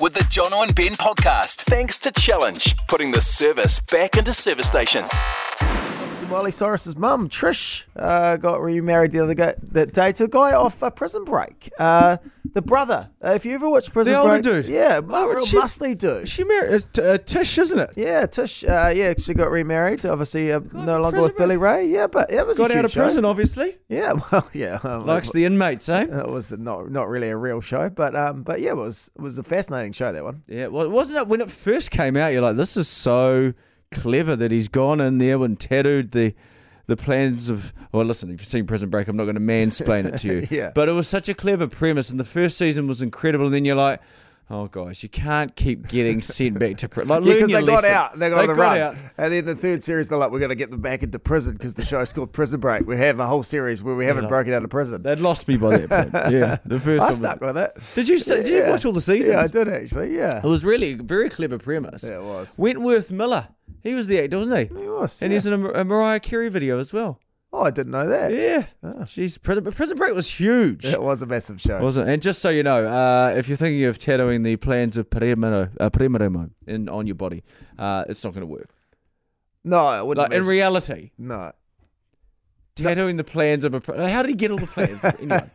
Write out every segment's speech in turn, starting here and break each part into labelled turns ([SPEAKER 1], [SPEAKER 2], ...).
[SPEAKER 1] with the Jono and Ben podcast. Thanks to Challenge, putting the service back into service stations.
[SPEAKER 2] So Miley Cyrus's mum, Trish, uh, got remarried the other go- that day to a guy off uh, Prison Break. Uh, the brother. Uh, if you ever watch Prison
[SPEAKER 3] The
[SPEAKER 2] Break,
[SPEAKER 3] older dude.
[SPEAKER 2] yeah,
[SPEAKER 3] Oh,
[SPEAKER 2] mu- real
[SPEAKER 3] she-
[SPEAKER 2] muscly dude.
[SPEAKER 3] She married uh, t- uh, Tish, isn't it?
[SPEAKER 2] yeah, Tish. Uh, yeah, she got remarried. Obviously, uh, no longer
[SPEAKER 3] Prison
[SPEAKER 2] with Billy Ray. Yeah, but it was a
[SPEAKER 3] Got
[SPEAKER 2] cute
[SPEAKER 3] out of
[SPEAKER 2] show.
[SPEAKER 3] prison, obviously.
[SPEAKER 2] Yeah, well, yeah. um,
[SPEAKER 3] Likes the inmates, eh?
[SPEAKER 2] That was not not really a real show, but um, but yeah, it was it was a fascinating show that one.
[SPEAKER 3] Yeah, well, wasn't it when it first came out? You're like, this is so clever that he's gone in there and tattooed the the plans of. Well, listen, if you've seen Prison Break, I'm not going to mansplain it to you.
[SPEAKER 2] Yeah.
[SPEAKER 3] But it was such a clever premise, and the first season was incredible. And then you're like, oh gosh, you can't keep getting sent back to prison. Like, learn
[SPEAKER 2] Because
[SPEAKER 3] your
[SPEAKER 2] they got
[SPEAKER 3] lesson.
[SPEAKER 2] out, they got on the run,
[SPEAKER 3] out.
[SPEAKER 2] and then the third series they're like, we're going to get them back into prison because the show's called Prison Break. We have a whole series where we haven't broken out of prison.
[SPEAKER 3] They'd lost me by that point. Yeah, the first
[SPEAKER 2] I
[SPEAKER 3] one.
[SPEAKER 2] stuck
[SPEAKER 3] was,
[SPEAKER 2] with it.
[SPEAKER 3] did you s- did you
[SPEAKER 2] Yeah.
[SPEAKER 3] watch all the seasons?
[SPEAKER 2] Yeah, I did actually. Yeah,
[SPEAKER 3] It was really a very clever premise.
[SPEAKER 2] Yeah, it was.
[SPEAKER 3] Wentworth Miller. He was the actor, wasn't he?
[SPEAKER 2] He was,
[SPEAKER 3] And he's in a, Mar- a Mariah Carey video as well.
[SPEAKER 2] oh, I didn't know that.
[SPEAKER 3] Yeah. She's prison, but prison Break was huge.
[SPEAKER 2] It was a massive show.
[SPEAKER 3] Wasn't it? And just so you know, uh, if you're thinking of tattooing the plans of Parimero, uh, Parimero in on your body, uh, it's not going to work.
[SPEAKER 2] no, it wouldn't.
[SPEAKER 3] Like in
[SPEAKER 2] imagine-
[SPEAKER 3] reality,
[SPEAKER 2] no.
[SPEAKER 3] tattooing the plans of a. pr- How did he get all the plans? anyway,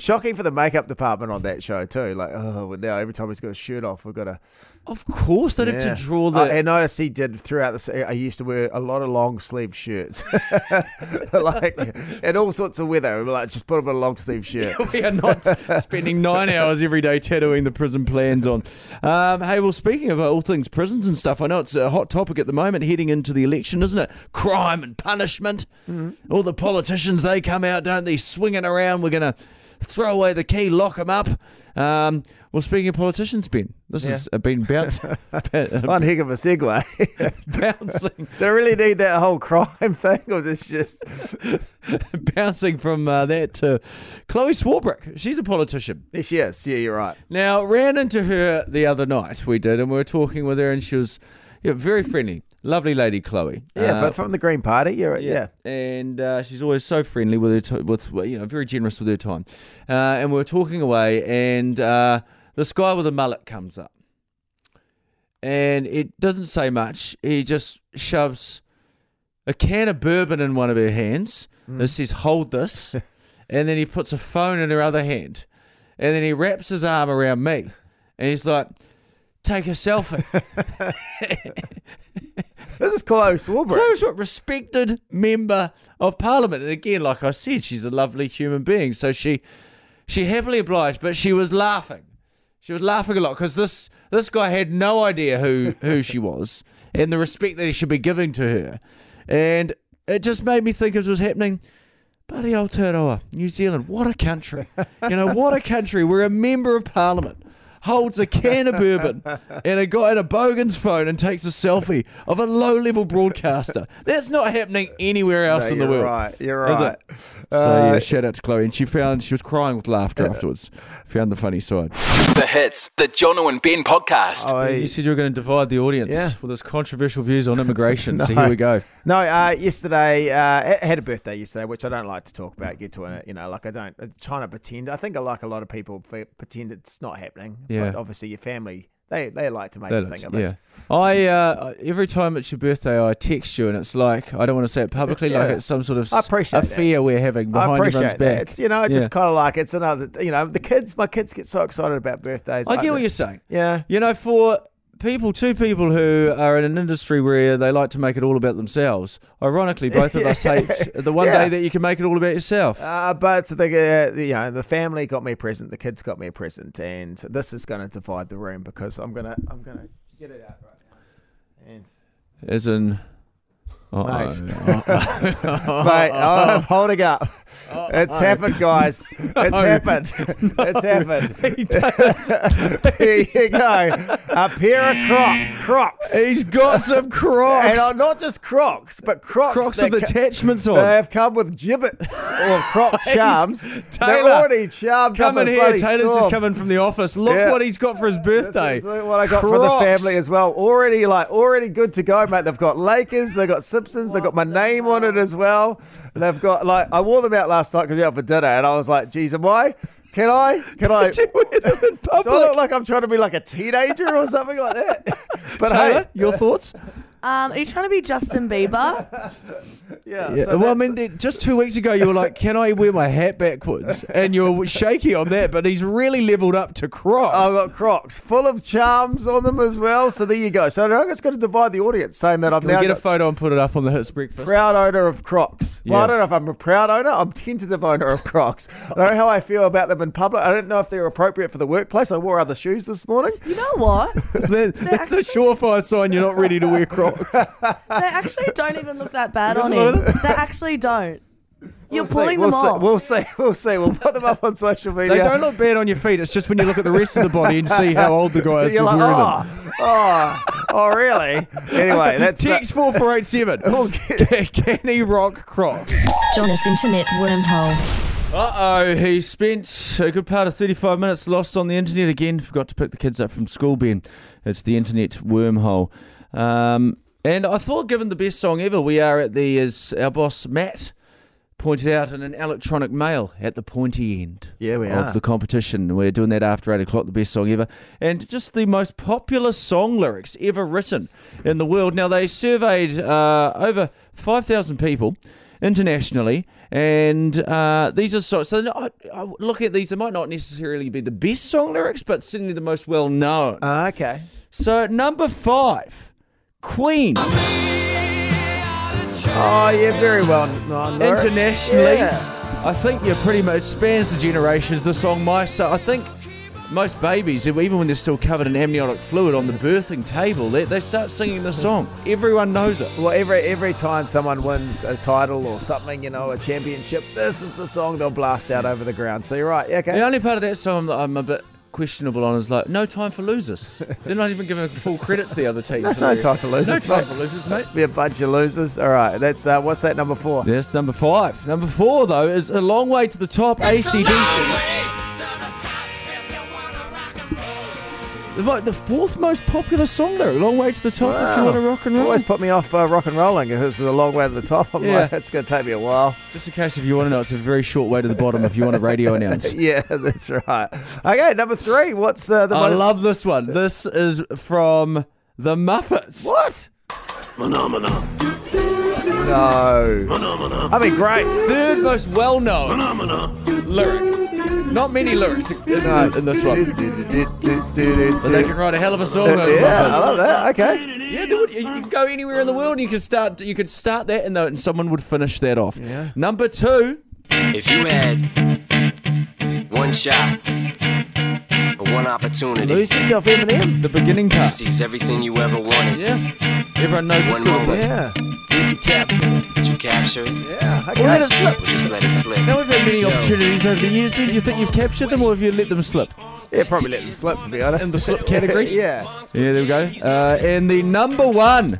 [SPEAKER 2] Shocking for the makeup department on that show too. Like, oh, well, now every time he's got a shirt off, we've got to.
[SPEAKER 3] of course they'd
[SPEAKER 2] Yeah.
[SPEAKER 3] have to draw the.
[SPEAKER 2] I, and notice he did throughout the. se- I used to wear a lot of long sleeve shirts, like in all sorts of weather. Like just put on a long sleeve shirt.
[SPEAKER 3] we are not spending nine hours every day tattooing the prison plans on. Um, hey, well, speaking of all things prisons and stuff, I know it's a hot topic at the moment heading into the election, isn't it? Crime and punishment. All the politicians, they come out, don't they, swinging around. We're going to throw away the key, lock them up. Um, well, speaking of politicians, Ben, this has uh, been bounce,
[SPEAKER 2] One heck of a segue.
[SPEAKER 3] bouncing,
[SPEAKER 2] they really need that whole crime thing, or this just
[SPEAKER 3] bouncing from uh, that to Chloe Swarbrick. She's a politician.
[SPEAKER 2] there she is. Yeah, you're right.
[SPEAKER 3] Now, ran into her the other night, we did, and we were talking with her, and she was yeah, very friendly. Lovely lady, Chloe.
[SPEAKER 2] Yeah,
[SPEAKER 3] Uh,
[SPEAKER 2] but from the Green Party, you're right. Yeah.
[SPEAKER 3] And uh, she's always so friendly with her, t- with well, you know, very generous with her time. Uh, and we were talking away, and uh, this guy with a mullet comes up, and it doesn't say much. He just shoves a can of bourbon in one of her hands. It says, "Hold this," and then he puts a phone in her other hand, and then he wraps his arm around me, and he's like, "Take a selfie."
[SPEAKER 2] This is Chloe Swarbrick.
[SPEAKER 3] Chloe Swarbrick, respected member of parliament, and again, like I said, she's a lovely human being. So she, she happily obliged, but she was laughing. She was laughing a lot because this this guy had no idea who who she was and the respect that he should be giving to her, and it just made me think as was happening. Bloody Aotearoa, New Zealand, what a country. You know, what a country where a member of parliament holds a can of bourbon and a guy in a Bogan's phone and takes a selfie of a low level broadcaster. That's not happening anywhere
[SPEAKER 2] No,
[SPEAKER 3] else in the
[SPEAKER 2] you're
[SPEAKER 3] world.
[SPEAKER 2] right. You're
[SPEAKER 3] Is it?
[SPEAKER 2] right. Uh,
[SPEAKER 3] So, yeah, shout out to Chloe. And she found, she was crying with laughter afterwards. Found the funny side.
[SPEAKER 1] The hits, the Jono and Ben podcast.
[SPEAKER 2] I-
[SPEAKER 3] You said you were going to divide the audience
[SPEAKER 2] Yeah.
[SPEAKER 3] with his controversial views on immigration. So here we go.
[SPEAKER 2] No, uh, yesterday uh, I had a birthday yesterday, which I don't like to talk about. Get to it, you know, like I don't I'm trying to pretend. I think I like a lot of people fe- pretend it's not happening.
[SPEAKER 3] Yeah.
[SPEAKER 2] But obviously, your family they they like to make
[SPEAKER 3] They
[SPEAKER 2] you
[SPEAKER 3] looked-
[SPEAKER 2] think of
[SPEAKER 3] yeah.
[SPEAKER 2] it.
[SPEAKER 3] I uh, every time it's your birthday, I text you, and it's like I don't want to say it publicly, like
[SPEAKER 2] Yeah.
[SPEAKER 3] it's some sort of
[SPEAKER 2] I
[SPEAKER 3] s-
[SPEAKER 2] appreciate that.
[SPEAKER 3] affair we're having
[SPEAKER 2] I
[SPEAKER 3] behind
[SPEAKER 2] appreciate
[SPEAKER 3] everyone's
[SPEAKER 2] that.
[SPEAKER 3] back.
[SPEAKER 2] It's you know, it's just
[SPEAKER 3] Yeah.
[SPEAKER 2] kind of like it's another. You know, the kids, my kids get so excited about birthdays.
[SPEAKER 3] I get what you're saying.
[SPEAKER 2] Yeah.
[SPEAKER 3] You know, for people, two people who are in an industry where they like to make it all about themselves. Ironically, both of us hate the one
[SPEAKER 2] Yeah.
[SPEAKER 3] day that you can make it all about yourself.
[SPEAKER 2] Uh, but the, uh, the you know the family got me a present, the kids got me a present, and this is going to divide the room because I'm gonna I'm gonna get it out right now. And
[SPEAKER 3] As in, oh,
[SPEAKER 2] Mate.
[SPEAKER 3] oh, oh.
[SPEAKER 2] Mate, I'm holding up. It's happened, guys. It's happened. It's happened. Here you go. A pair of croc, Crocs.
[SPEAKER 3] he's got some
[SPEAKER 2] And
[SPEAKER 3] crocs,
[SPEAKER 2] uh, not just Crocs, but Crocs.
[SPEAKER 3] crocs
[SPEAKER 2] that
[SPEAKER 3] with
[SPEAKER 2] co-
[SPEAKER 3] attachments on.
[SPEAKER 2] They have come with gibbets or Croc charms.
[SPEAKER 3] Taylor,
[SPEAKER 2] They're already charmed.
[SPEAKER 3] Come
[SPEAKER 2] up
[SPEAKER 3] in
[SPEAKER 2] a
[SPEAKER 3] here.
[SPEAKER 2] bloody
[SPEAKER 3] Taylor's just
[SPEAKER 2] storm.
[SPEAKER 3] coming from the office. Look
[SPEAKER 2] Yeah.
[SPEAKER 3] what he's got for his birthday.
[SPEAKER 2] This is what I got for the
[SPEAKER 3] Crocs.
[SPEAKER 2] family as well. Already like already good to go, mate. They've got Lakers, they've got Simpsons, they've got my name on it as well. They've got like I wore them out last night because we were out for dinner, and I was like, "Geez, am I Can I? Can I?
[SPEAKER 4] Did you wear them in
[SPEAKER 2] Do I look
[SPEAKER 4] public?
[SPEAKER 2] like I'm trying to be like a teenager or something like that? But
[SPEAKER 4] Taylor,
[SPEAKER 2] hey,
[SPEAKER 4] your thoughts?
[SPEAKER 5] Um, are you trying to be Justin Bieber?
[SPEAKER 2] yeah.
[SPEAKER 4] Yeah,
[SPEAKER 2] so
[SPEAKER 4] well, I
[SPEAKER 2] that's-
[SPEAKER 4] mean, the- just two weeks ago, you were like, "Can I wear my hat backwards?" And you were shaky on that, but he's really leveled up to
[SPEAKER 2] I've
[SPEAKER 4] Crocs.
[SPEAKER 2] got Crocs full of charms on them as well. So there you go. So now it's going to divide the audience, saying that I'm
[SPEAKER 4] Can
[SPEAKER 2] now
[SPEAKER 4] we get a
[SPEAKER 2] got-
[SPEAKER 4] photo and put it up on the Hits Breakfast?
[SPEAKER 2] proud owner of Crocs. Well, I
[SPEAKER 4] Yeah.
[SPEAKER 2] don't know if I'm a proud owner. I'm tentative owner of Crocs. I don't know how I feel about them in public. I don't know if they're appropriate for the workplace. I wore other shoes this morning.
[SPEAKER 5] You know what?
[SPEAKER 4] That- that's a
[SPEAKER 5] actually-
[SPEAKER 4] surefire sign you're not ready to wear Crocs.
[SPEAKER 5] They actually don't even look that bad
[SPEAKER 4] Doesn't
[SPEAKER 5] on
[SPEAKER 4] look
[SPEAKER 5] him. They actually don't. You're
[SPEAKER 2] We'll see.
[SPEAKER 5] pulling
[SPEAKER 2] we'll
[SPEAKER 5] them
[SPEAKER 2] see.
[SPEAKER 5] off.
[SPEAKER 2] We'll see. We'll see. We'll put them up on social media.
[SPEAKER 4] They don't look bad on your feet. It's just when you look at the rest of the body and see how old the guy is
[SPEAKER 2] You're
[SPEAKER 4] who's
[SPEAKER 2] like,
[SPEAKER 4] wearing them.
[SPEAKER 2] oh, oh, oh, really? Anyway, that's
[SPEAKER 4] Text four four eight seven.
[SPEAKER 2] We'll
[SPEAKER 4] Can can he rock Crocs?
[SPEAKER 6] Jonas Internet Wormhole.
[SPEAKER 4] Uh oh, he spent a good part of 35 minutes lost on the internet again. Forgot to pick the kids up from school, Ben. It's the internet wormhole. Um, and I thought, given the best song ever, we are at the, as our boss Matt pointed out in an electronic mail at the pointy end
[SPEAKER 2] Yeah, we
[SPEAKER 4] of
[SPEAKER 2] are.
[SPEAKER 4] the competition. We're doing that after 8 o'clock, the best song ever. And just the most popular song lyrics ever written in the world. Now, they surveyed uh, over 5,000 people internationally, and uh, these are so. So, I, I look at these, they might not necessarily be the best song lyrics, but certainly the most well known.
[SPEAKER 2] Ah, okay.
[SPEAKER 4] so, at number five, Queen.
[SPEAKER 2] Oh, yeah, very well known. lyrics.
[SPEAKER 4] internationally.
[SPEAKER 2] Yeah.
[SPEAKER 4] I think you're pretty much it spans the generations. The song "My Son," I think most babies, even when they're still covered in amniotic fluid on the birthing table, they, they start singing the song. Everyone knows it.
[SPEAKER 2] Well, every every time someone wins a title or something, you know, a championship, this is the song they'll blast out over the ground. So you're right. Okay.
[SPEAKER 4] The only part of that song that I'm a bit questionable on is like no time for losers. They're not even giving full credit to the other team. for
[SPEAKER 2] no
[SPEAKER 4] their-
[SPEAKER 2] time for losers,
[SPEAKER 4] No time
[SPEAKER 2] mate.
[SPEAKER 4] for losers, mate.
[SPEAKER 2] Be a bunch of losers. All right. That's uh, what's that number four?
[SPEAKER 4] That's number five. Number four though is a long way to the top. ACD. Like the fourth most popular song lyric, "Long Way to the Top." If you want to rock and roll,
[SPEAKER 2] Always put me off uh, rock and rolling. If It's a long way to the top. I'm
[SPEAKER 4] Yeah.
[SPEAKER 2] like, it's going to take me a while.
[SPEAKER 4] Just in case if you want to know, it's a very short way to the bottom if you want to radio announce.
[SPEAKER 2] Yeah, that's right. Okay, number three. What's uh, the
[SPEAKER 4] I
[SPEAKER 2] most-
[SPEAKER 4] love this one. This is from The Muppets.
[SPEAKER 2] What? No. I mean, great.
[SPEAKER 4] Third most well known lyric. Not many lyrics in, in- in this one. But they can write a hell of a song, those
[SPEAKER 2] Yeah, I
[SPEAKER 4] Muppets.
[SPEAKER 2] love that. Okay.
[SPEAKER 4] Yeah, dude, you, you can go anywhere in the world and you could start you could start that and, the, and someone would finish that off.
[SPEAKER 2] Yeah.
[SPEAKER 4] Number two,
[SPEAKER 1] If you had one shot or one opportunity
[SPEAKER 2] Lose yourself, Eminem.
[SPEAKER 4] the beginning
[SPEAKER 1] to
[SPEAKER 4] part.
[SPEAKER 1] seize everything you ever wanted,
[SPEAKER 4] Yeah. Everyone knows this
[SPEAKER 1] One
[SPEAKER 4] little bit.
[SPEAKER 1] moment.
[SPEAKER 2] Yeah. Did you capture?
[SPEAKER 1] but you capture it,
[SPEAKER 2] Yeah. Okay.
[SPEAKER 4] Well, let it slip.
[SPEAKER 1] but just let it slip.
[SPEAKER 4] Now we've had many
[SPEAKER 1] Yo.
[SPEAKER 4] opportunities over the years, Ben. Do you think you've captured them or have you let them slip?
[SPEAKER 2] Yeah, probably let them slip, to be honest.
[SPEAKER 4] In the slip category?
[SPEAKER 2] yeah.
[SPEAKER 4] Yeah, there we go. Uh, and the number one,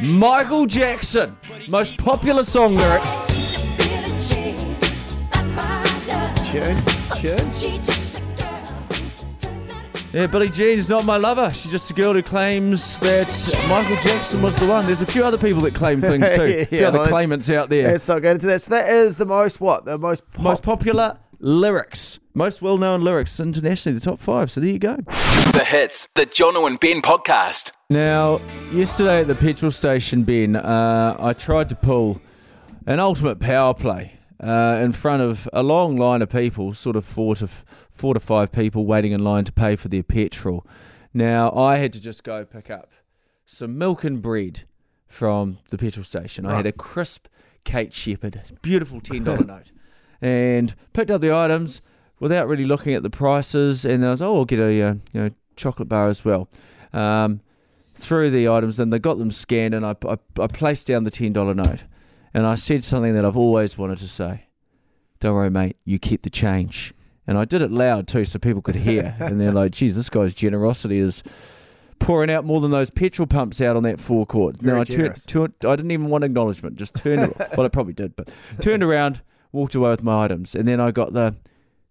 [SPEAKER 4] Michael Jackson, most popular song lyric.
[SPEAKER 2] Tune. Tune.
[SPEAKER 4] Yeah, Billie Jean's not my lover. She's just a girl who claims that Michael Jackson was the one. There's a few other people that claim things too.
[SPEAKER 2] Yeah,
[SPEAKER 4] a few other
[SPEAKER 2] well, it's-
[SPEAKER 4] claimants out there.
[SPEAKER 2] Let's not go into that. So that is the most what? The most pop.
[SPEAKER 4] most popular lyrics, most well-known lyrics internationally, the top five. So there you go.
[SPEAKER 7] The hits, the Jono and Ben podcast.
[SPEAKER 4] Now, yesterday at the petrol station, Ben, uh, I tried to pull an ultimate power play uh, in front of a long line of people, sort of four to f- four to five people waiting in line to pay for their petrol. Now, I had to just go pick up some milk and bread from the petrol station. I had a crisp Kate Shepherd, beautiful ten dollar note, and picked up the items without really looking at the prices. And I was, oh, I'll get a uh, you know chocolate bar as well. Um, through the items and they got them scanned and I, I, I placed down the $10 note and I said something that I've always wanted to say. Don't worry, mate, you keep the change. And I did it loud too so people could hear. and they're like, geez, this guy's generosity is pouring out more than those petrol pumps out on that forecourt.
[SPEAKER 2] Very
[SPEAKER 4] I, turned,
[SPEAKER 2] generous.
[SPEAKER 4] turned, I didn't even want acknowledgement, just turned, well, I probably did, but turned around, walked away with my items. And then I got the,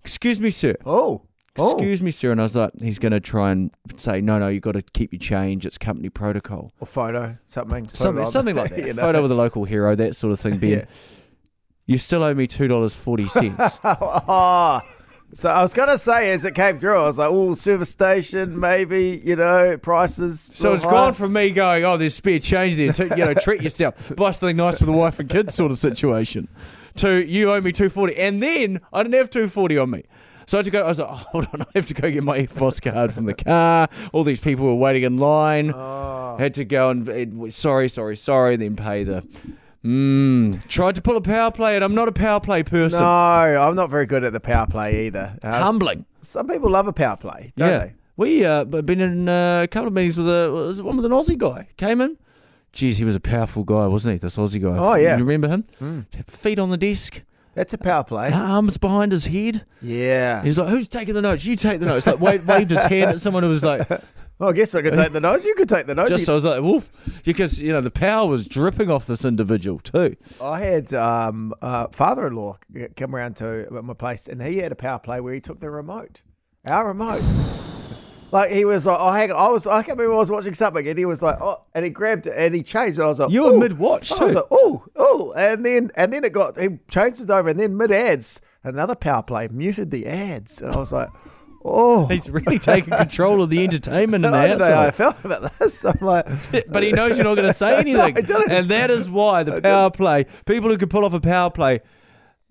[SPEAKER 4] excuse me, sir
[SPEAKER 2] Oh. Oh.
[SPEAKER 4] excuse me, sir. And I was like, he's going to try and say, no, no, you've got to keep your change. It's company protocol.
[SPEAKER 2] Or photo. Something. Put it
[SPEAKER 4] Something,
[SPEAKER 2] on.
[SPEAKER 4] something like that.
[SPEAKER 2] You know?
[SPEAKER 4] Photo with a local hero, that sort of thing, Ben.
[SPEAKER 2] Yeah.
[SPEAKER 4] You still owe me $2.40.
[SPEAKER 2] Oh, So I was going to say as it came through, I was like, oh, service station, maybe, you know, prices.
[SPEAKER 4] So
[SPEAKER 2] real
[SPEAKER 4] it's
[SPEAKER 2] high.
[SPEAKER 4] gone from me going, oh, there's spare change there. To, you know, treat yourself. Buy something nice for the wife and kids sort of situation. To you owe me 240. And then I didn't have 240 on me. So I had to go, I was like, oh, hold on, I have to go get my EFOS card from the car. All these people were waiting in line. Had to go and, it- sorry, sorry, sorry, then pay the. Mm, tried to pull a power play, and I'm not a power play person.
[SPEAKER 2] No, I'm not very good at the power play either. Uh,
[SPEAKER 4] Humbling.
[SPEAKER 2] Some people love a power play, don't
[SPEAKER 4] yeah.
[SPEAKER 2] they?
[SPEAKER 4] We uh, b- been in uh, a couple of meetings with a was it one with an Aussie guy came in. Geez, he was a powerful guy, wasn't he? This Aussie guy.
[SPEAKER 2] Oh, yeah. Hmm.
[SPEAKER 4] you remember him? Feet on the desk,
[SPEAKER 2] That's a power play.
[SPEAKER 4] arms behind his head.
[SPEAKER 2] Yeah.
[SPEAKER 4] He's like, "Who's taking the notes? You take the notes." Like, waved, waved his hand at someone who was like,
[SPEAKER 2] Well, I guess I could take the nose. You could take the nose.
[SPEAKER 4] "Just."
[SPEAKER 2] You-
[SPEAKER 4] I was like, "Woof," because you know the power was dripping off this individual too.
[SPEAKER 2] I had um, uh, father-in-law g- come around to my place, and he had a power play where he took the remote, our remote. Like he was like, oh, hang on. I was, I can't remember. I was watching something, and he was like, oh, and he grabbed it and he changed. it. I was like,
[SPEAKER 4] You were
[SPEAKER 2] "Ooh."
[SPEAKER 4] mid-watch
[SPEAKER 2] I was
[SPEAKER 4] too.
[SPEAKER 2] like, oh, oh, and then and then it got he changed it over, and then mid ads, another power play muted the ads, and I was like, oh,
[SPEAKER 4] He's really taking control of the entertainment and the
[SPEAKER 2] I don't know
[SPEAKER 4] outside.
[SPEAKER 2] how I felt about this. I'm like,
[SPEAKER 4] but he knows you're not going to say anything.
[SPEAKER 2] I didn't.
[SPEAKER 4] And that is why the power play, people who can pull off a power play,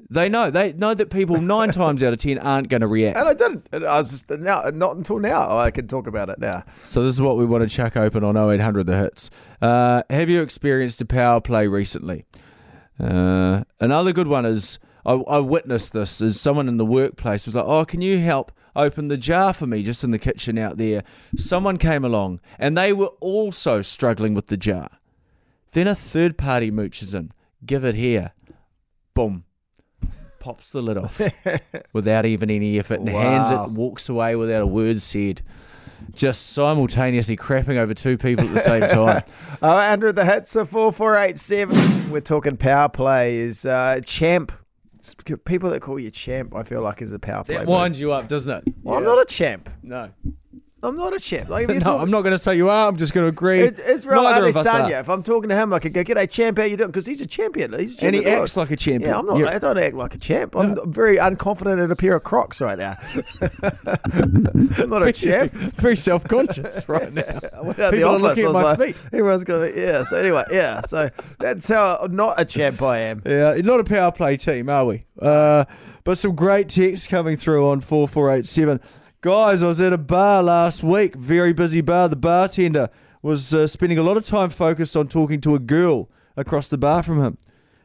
[SPEAKER 4] they know. They know that people nine times out of ten aren't going to
[SPEAKER 2] and
[SPEAKER 4] react.
[SPEAKER 2] I didn't. And I was just now, not until now I can talk about it now.
[SPEAKER 4] So this is what we want to chuck open on 0800 The Hits. Uh, have you experienced a power play recently? Uh, another good one is, I, I witnessed this, is someone in the workplace was like, oh, can you help open the jar for me just in the kitchen out there? Someone came along and they were also struggling with the jar. Then a third party mooches in. Give it here. Boom. Pops the lid off without even any effort and hands
[SPEAKER 2] Wow.
[SPEAKER 4] it, walks away without a word said. Just simultaneously crapping over two people at the same time.
[SPEAKER 2] Oh, Andrew, the hits are 4487. We're talking power play is uh, champ. It's because people that call you champ, I feel like, is a power play.
[SPEAKER 4] That
[SPEAKER 2] move.
[SPEAKER 4] winds you up, doesn't it?
[SPEAKER 2] Well, I'm not a champ.
[SPEAKER 4] No.
[SPEAKER 2] I'm not a champ. Like, if you're
[SPEAKER 4] No,
[SPEAKER 2] talking-
[SPEAKER 4] I'm not going to say you are. I'm just going to agree.
[SPEAKER 2] It- Israel
[SPEAKER 4] Neither of us are.
[SPEAKER 2] Adesanya. If I'm talking to him, I could go, "G'day, champ. How you doing?" Because he's a champion. He's a champion
[SPEAKER 4] And he
[SPEAKER 2] of the world.
[SPEAKER 4] acts like a champion.
[SPEAKER 2] Yeah, I'm not.
[SPEAKER 4] Yeah.
[SPEAKER 2] I don't act like a champ. I'm very unconfident in a pair of Crocs right now. I'm not a champ.
[SPEAKER 4] Very self conscious right now.
[SPEAKER 2] went out of
[SPEAKER 4] People
[SPEAKER 2] the
[SPEAKER 4] are
[SPEAKER 2] office,
[SPEAKER 4] looking
[SPEAKER 2] I
[SPEAKER 4] at
[SPEAKER 2] was
[SPEAKER 4] my
[SPEAKER 2] like,
[SPEAKER 4] feet.
[SPEAKER 2] Everyone's going, yeah. So anyway, yeah. So that's how not a champ I am.
[SPEAKER 4] Yeah, not a power play team, are we? Uh, but some great text coming through on 4487. Guys, I was at a bar last week, very busy bar. The bartender was uh, spending a lot of time focused on talking to a girl across the bar from him,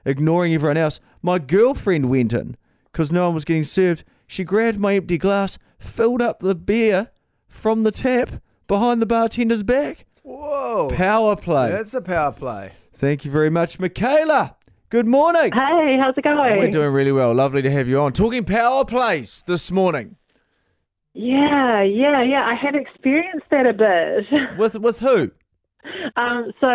[SPEAKER 4] ignoring everyone else. My girlfriend went in because no one was getting served. She grabbed my empty glass, filled up the beer from the tap behind the bartender's back.
[SPEAKER 2] Whoa.
[SPEAKER 4] Power play.
[SPEAKER 2] That's a power play.
[SPEAKER 4] Thank you very much, Michaela. Good morning.
[SPEAKER 8] Hey, how's it
[SPEAKER 4] We're
[SPEAKER 8] going?
[SPEAKER 4] doing really well. Lovely to have you on. Talking power plays this morning
[SPEAKER 8] Yeah, yeah, yeah. I have experienced that a bit.
[SPEAKER 4] with with who?
[SPEAKER 8] Um, so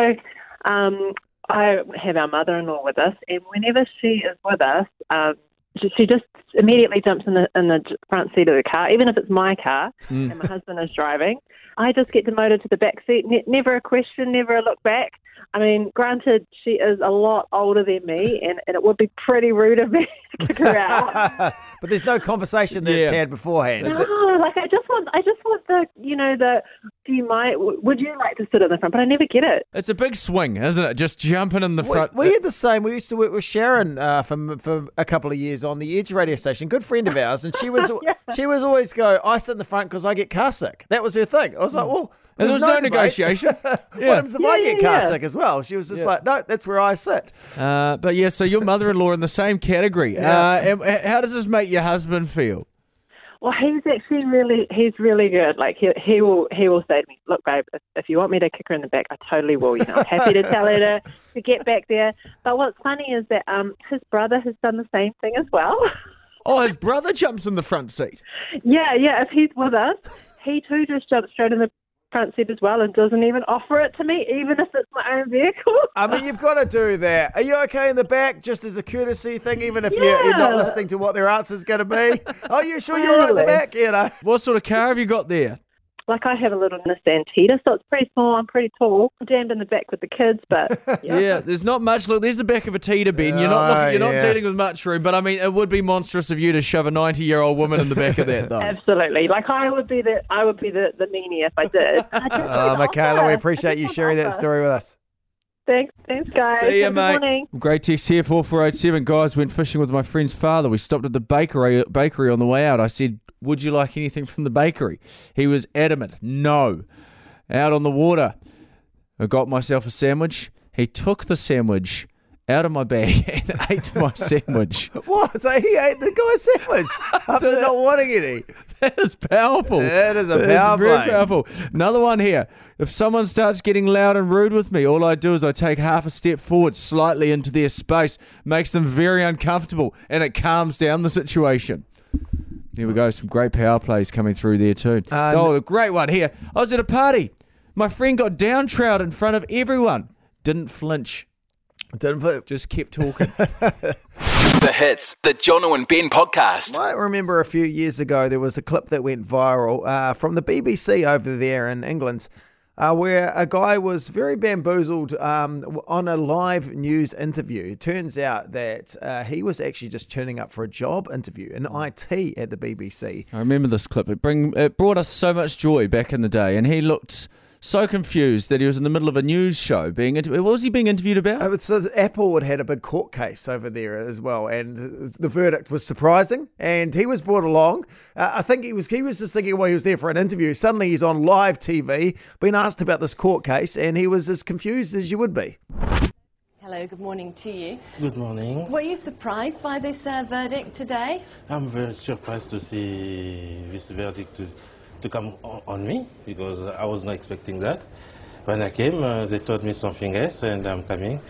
[SPEAKER 8] um, I have our mother-in-law with us, and whenever she is with us, um, she, she just immediately jumps in the in the front seat of the car, even if it's my car and my husband is driving. I just get demoted to the back seat. Ne- never a question, never a look back. I mean, granted, she is a lot older than me, and, and it would be pretty rude of me to kick her out.
[SPEAKER 2] But there's no conversation that's
[SPEAKER 4] Yeah.
[SPEAKER 2] had beforehand.
[SPEAKER 8] No, Oh, like I just want, I just want the, you know, the. Do you mind? w- Would you like to sit in the front? But I never get it.
[SPEAKER 4] It's a big swing, isn't it? Just jumping in the
[SPEAKER 2] We,
[SPEAKER 4] front.
[SPEAKER 2] we had the same. We used to work with Sharon uh, for for a couple of years on the Edge radio station, good friend of ours, and she was she was always go. I sit in the front because I get car sick. That was her thing. I was like, well,
[SPEAKER 4] and there was no,
[SPEAKER 2] debate.
[SPEAKER 4] negotiation.
[SPEAKER 2] What happens if I
[SPEAKER 8] Yeah,
[SPEAKER 2] get
[SPEAKER 8] yeah,
[SPEAKER 2] car
[SPEAKER 8] yeah.
[SPEAKER 2] sick as well? She was just like, no, that's where I sit.
[SPEAKER 4] uh, but yeah, so your mother-in-law in the same category. Uh, and- and how does this make your husband feel?
[SPEAKER 8] Well, he's actually really he's really good. Like he he will he will say to me, "Look, babe, if, if you want me to kick her in the back, I totally will. You know, I'm happy to tell her to, to get back there." But what's funny is that um his brother has done the same thing as well.
[SPEAKER 4] Oh, his brother jumps in the front seat.
[SPEAKER 8] yeah, yeah. If he's with us, he too just jumps straight in the front seat as well and doesn't even offer it to me, even if it's my own vehicle.
[SPEAKER 2] I mean, you've got to do that. Are you okay in the back, just as a courtesy thing, even if you're, you're not
[SPEAKER 8] Yeah.
[SPEAKER 2] listening to what their answer's going to be? Are you sure you're all right in the
[SPEAKER 8] Totally.
[SPEAKER 2] back? You know.
[SPEAKER 4] What sort of car have you got there?
[SPEAKER 8] Like I have a little Nissan Cheetah, so it's pretty small. I'm pretty tall. I'm jammed in the back with the kids, but
[SPEAKER 3] Yeah. there's not much. Look, there's the back of a teeter bin. You're not
[SPEAKER 2] Oh,
[SPEAKER 3] looking, you're not
[SPEAKER 2] yeah.
[SPEAKER 3] dealing with much room, but I mean, it would be monstrous of you to shove a 90 year old woman in the back of that, though.
[SPEAKER 8] absolutely. Like I would be the I would be the, the meanie if I did. I just
[SPEAKER 2] Uh,
[SPEAKER 8] want an
[SPEAKER 2] Michaela,
[SPEAKER 8] offer.
[SPEAKER 2] we
[SPEAKER 8] I
[SPEAKER 2] appreciate
[SPEAKER 8] just
[SPEAKER 2] you
[SPEAKER 8] want an
[SPEAKER 2] sharing that
[SPEAKER 8] offer.
[SPEAKER 2] story with us.
[SPEAKER 8] Thanks, thanks guys.
[SPEAKER 3] See ya,
[SPEAKER 8] Have a good
[SPEAKER 3] mate.
[SPEAKER 8] morning.
[SPEAKER 3] Great text here, 4487. Guys, went fishing with my friend's father. We stopped at the bakery, bakery on the way out. I said, Would you like anything from the bakery? He was adamant, No. Out on the water, I got myself a sandwich. He took the sandwich out of my bag and ate my sandwich.
[SPEAKER 2] What? So he ate the guy's sandwich after not wanting any.
[SPEAKER 3] That is powerful.
[SPEAKER 2] That is a power
[SPEAKER 3] very
[SPEAKER 2] play.
[SPEAKER 3] powerful. Another one here. If someone starts getting loud and rude with me, all I do is I take half a step forward, slightly into their space, makes them very uncomfortable, and it calms down the situation. Here we go. Some great power plays coming through there too.
[SPEAKER 2] Uh,
[SPEAKER 3] oh, a great one here. I was at a party. My friend got downtroud in front of everyone. Didn't flinch.
[SPEAKER 2] Didn't put.
[SPEAKER 3] Just kept talking.
[SPEAKER 1] The hits, the Jono and Ben podcast.
[SPEAKER 2] might remember a few years ago there was a clip that went viral uh, from the BBC over there in England. Uh, where a guy was very bamboozled um, w- on a live news interview. It turns out that uh, he was actually just turning up for a job interview in IT at the BBC.
[SPEAKER 3] I remember this clip. It bring it brought us so much joy back in the day, and he looked so confused that he was in the middle of a news show being inter- what was he being interviewed
[SPEAKER 2] Uh,
[SPEAKER 3] about?
[SPEAKER 2] but so the- Apple had had a big court case over there as well, and the verdict was surprising. And he was brought along. Uh, I think he was he was just thinking, well, he was there for an interview. Suddenly, he's on live TV, being asked about this court case, and he was as confused as you would be.
[SPEAKER 9] Hello, good morning to you.
[SPEAKER 10] Good morning.
[SPEAKER 9] Were you surprised by this uh, verdict today?
[SPEAKER 10] I'm very surprised to see this verdict to, to come o- on me because I was not expecting that. When I came, uh, they told me something else, and I'm coming.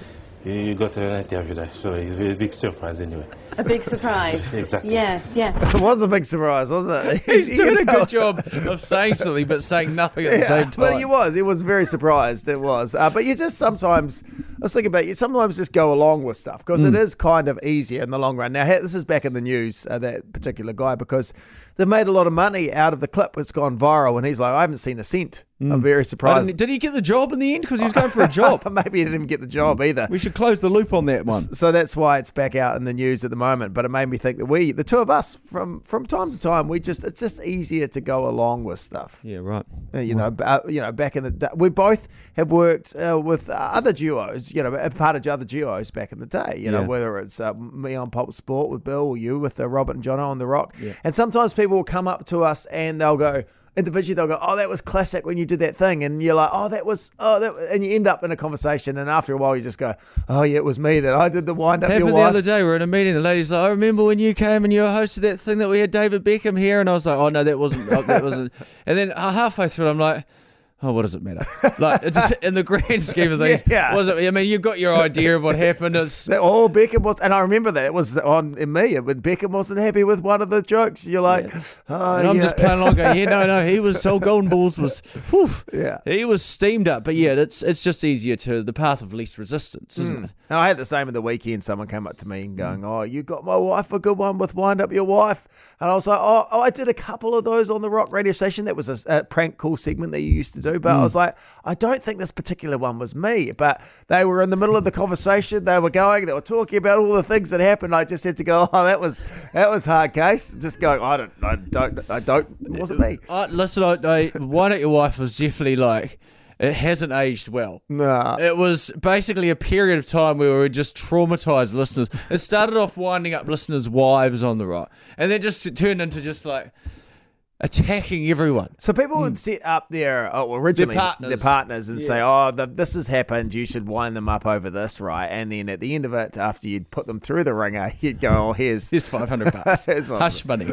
[SPEAKER 10] You, you got an interview there, so it's a big surprise anyway.
[SPEAKER 9] A big surprise.
[SPEAKER 10] Exactly.
[SPEAKER 9] Yes, yeah.
[SPEAKER 2] It was a big surprise, wasn't it?
[SPEAKER 3] He's
[SPEAKER 2] You
[SPEAKER 3] doing a
[SPEAKER 2] could
[SPEAKER 3] good
[SPEAKER 2] tell.
[SPEAKER 3] job of saying something but saying nothing at the
[SPEAKER 2] Yeah,
[SPEAKER 3] same time.
[SPEAKER 2] But he was. He was very surprised. It was. Uh, but you just sometimes, let's think about it, you sometimes just go along with stuff because
[SPEAKER 3] Hmm.
[SPEAKER 2] it is kind of easier in the long run. Now, he- this is back in the news, uh, that particular guy, because they made a lot of money out of the clip. It's gone viral. And he's like, I haven't seen a cent. I'm very
[SPEAKER 3] Hmm. I
[SPEAKER 2] surprised.
[SPEAKER 3] didn't- did he get the job in the end? Because he was going for a job. Hmm.
[SPEAKER 2] Maybe he didn't even get the job either.
[SPEAKER 3] we should close the loop on that one.
[SPEAKER 2] So that's why it's back out in the news at the moment. But it made me think that we, the two of us, from from time to time, we just it's just easier to go along with stuff.
[SPEAKER 3] Yeah, right.
[SPEAKER 2] Uh, you know, b- uh, you know, back in the day, we both have worked uh, with uh, other duos. You know, a part of other duos back in the day. You know,
[SPEAKER 3] Yeah.
[SPEAKER 2] whether it's uh, me on Pop Sport with Bill, or you with uh, Robert and John on The Rock. And sometimes people will come up to us and they'll go individually. They'll go, "Oh, that was classic when you did that thing," and you're like, "Oh, that was oh," that was-" and you end up in a conversation. And after a while, you just go, "Oh, yeah, it was me that I did the wind up." Your
[SPEAKER 3] Happened the
[SPEAKER 2] wife.
[SPEAKER 3] other day. We are in a meeting. The lady's like, "I remember when you came and you hosted that thing that we had David Beckham here," and I was like, "Oh no, that wasn't. oh, that wasn't." And then uh, halfway through, I'm like. Oh, what does it matter? Like, it's just, in the grand scheme of things,
[SPEAKER 2] Yeah.
[SPEAKER 3] was it? I mean, you've got your idea of what happened. It's
[SPEAKER 2] That, oh, Beckham was, and I remember that it was on in me when Beckham wasn't happy with one of the jokes. You're like, oh,
[SPEAKER 3] And I'm
[SPEAKER 2] yeah.
[SPEAKER 3] just playing along going, yeah, no, no, he was so golden balls was, whew,
[SPEAKER 2] Yeah.
[SPEAKER 3] he was steamed up. But yeah, it's it's just easier to the path of least resistance, isn't it?
[SPEAKER 2] No, I had the same in the weekend. Someone came up to me and going, "Oh, you got my wife a good one with wind up your wife," and I was like, "Oh, oh I did a couple of those on the rock radio station. That was a, s- a prank call segment that you used to do." But I was like, "I don't think this particular one was me." But they were in the middle of the conversation. They were going. They were talking about all the things that happened. I just had to go, "Oh, that was that was hard case." Just going, "I don't, I don't, I don't." It wasn't me.
[SPEAKER 3] I, listen, I, I, Why Not Your Wife was definitely like, it hasn't aged well.
[SPEAKER 2] Nah.
[SPEAKER 3] It was basically a period of time where we were just traumatized listeners. It started off winding up listeners' wives on the right, and then just it turned into just like attacking everyone.
[SPEAKER 2] So people would set up their oh, well, originally
[SPEAKER 3] Hmm. partners.
[SPEAKER 2] partners and say, "Oh, the, this has happened. You should wind them up over this, right?" And then at the end of it, after you'd put them through the ringer, you'd go, "Oh, here's
[SPEAKER 3] Here's 500 bucks.
[SPEAKER 2] Here's 500.
[SPEAKER 3] Hush money.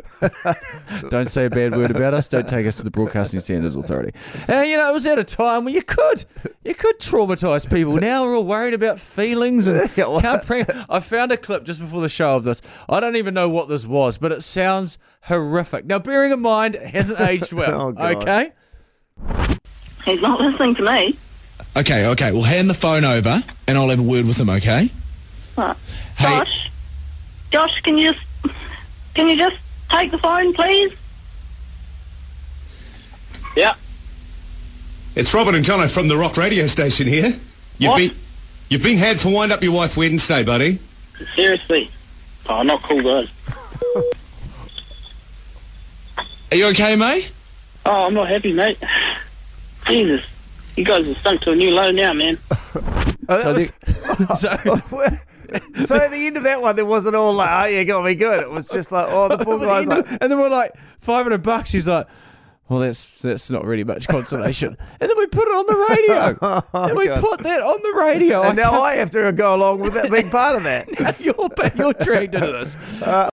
[SPEAKER 3] don't say a bad word about us. Don't take us to the Broadcasting Standards Authority. And, you know, it was at a time when you could. You could traumatise people. Now we're all worried about feelings. and
[SPEAKER 2] Yeah, well-
[SPEAKER 3] can't bring- I found a clip just before the show of this. I don't even know what this was, but it sounds horrific. Now, bearing in mind, it hasn't aged
[SPEAKER 2] Oh,
[SPEAKER 3] well.
[SPEAKER 2] God.
[SPEAKER 3] okay?
[SPEAKER 11] He's not listening to me.
[SPEAKER 12] Okay, okay. Well, hand the phone over, and I'll have a word with him. Okay.
[SPEAKER 11] What?
[SPEAKER 12] Hey.
[SPEAKER 11] Josh? Josh, can you just can you just take the phone, please?
[SPEAKER 4] Yeah.
[SPEAKER 6] It's Robert and Jono from the Rock Radio Station here. You've
[SPEAKER 13] What?
[SPEAKER 6] been you've been had for wind up your wife Wednesday, buddy.
[SPEAKER 13] Seriously. Oh, not cool guys.
[SPEAKER 12] Are you okay, mate?
[SPEAKER 13] Oh, I'm not happy, mate. Jesus. You guys have sunk to a new low now, man.
[SPEAKER 2] so, so at the end of that one, there wasn't all like, oh, you got me good. It was just like, oh, the poor guy's like,
[SPEAKER 3] and then we're like, 500 bucks. She's like, well, that's that's not really much consolation. and then we put it on the radio. and we
[SPEAKER 2] Oh, God.
[SPEAKER 3] put that on the radio.
[SPEAKER 2] And now
[SPEAKER 3] can't-
[SPEAKER 2] I have to go along with it being part of that.
[SPEAKER 3] you're, you're dragged into this.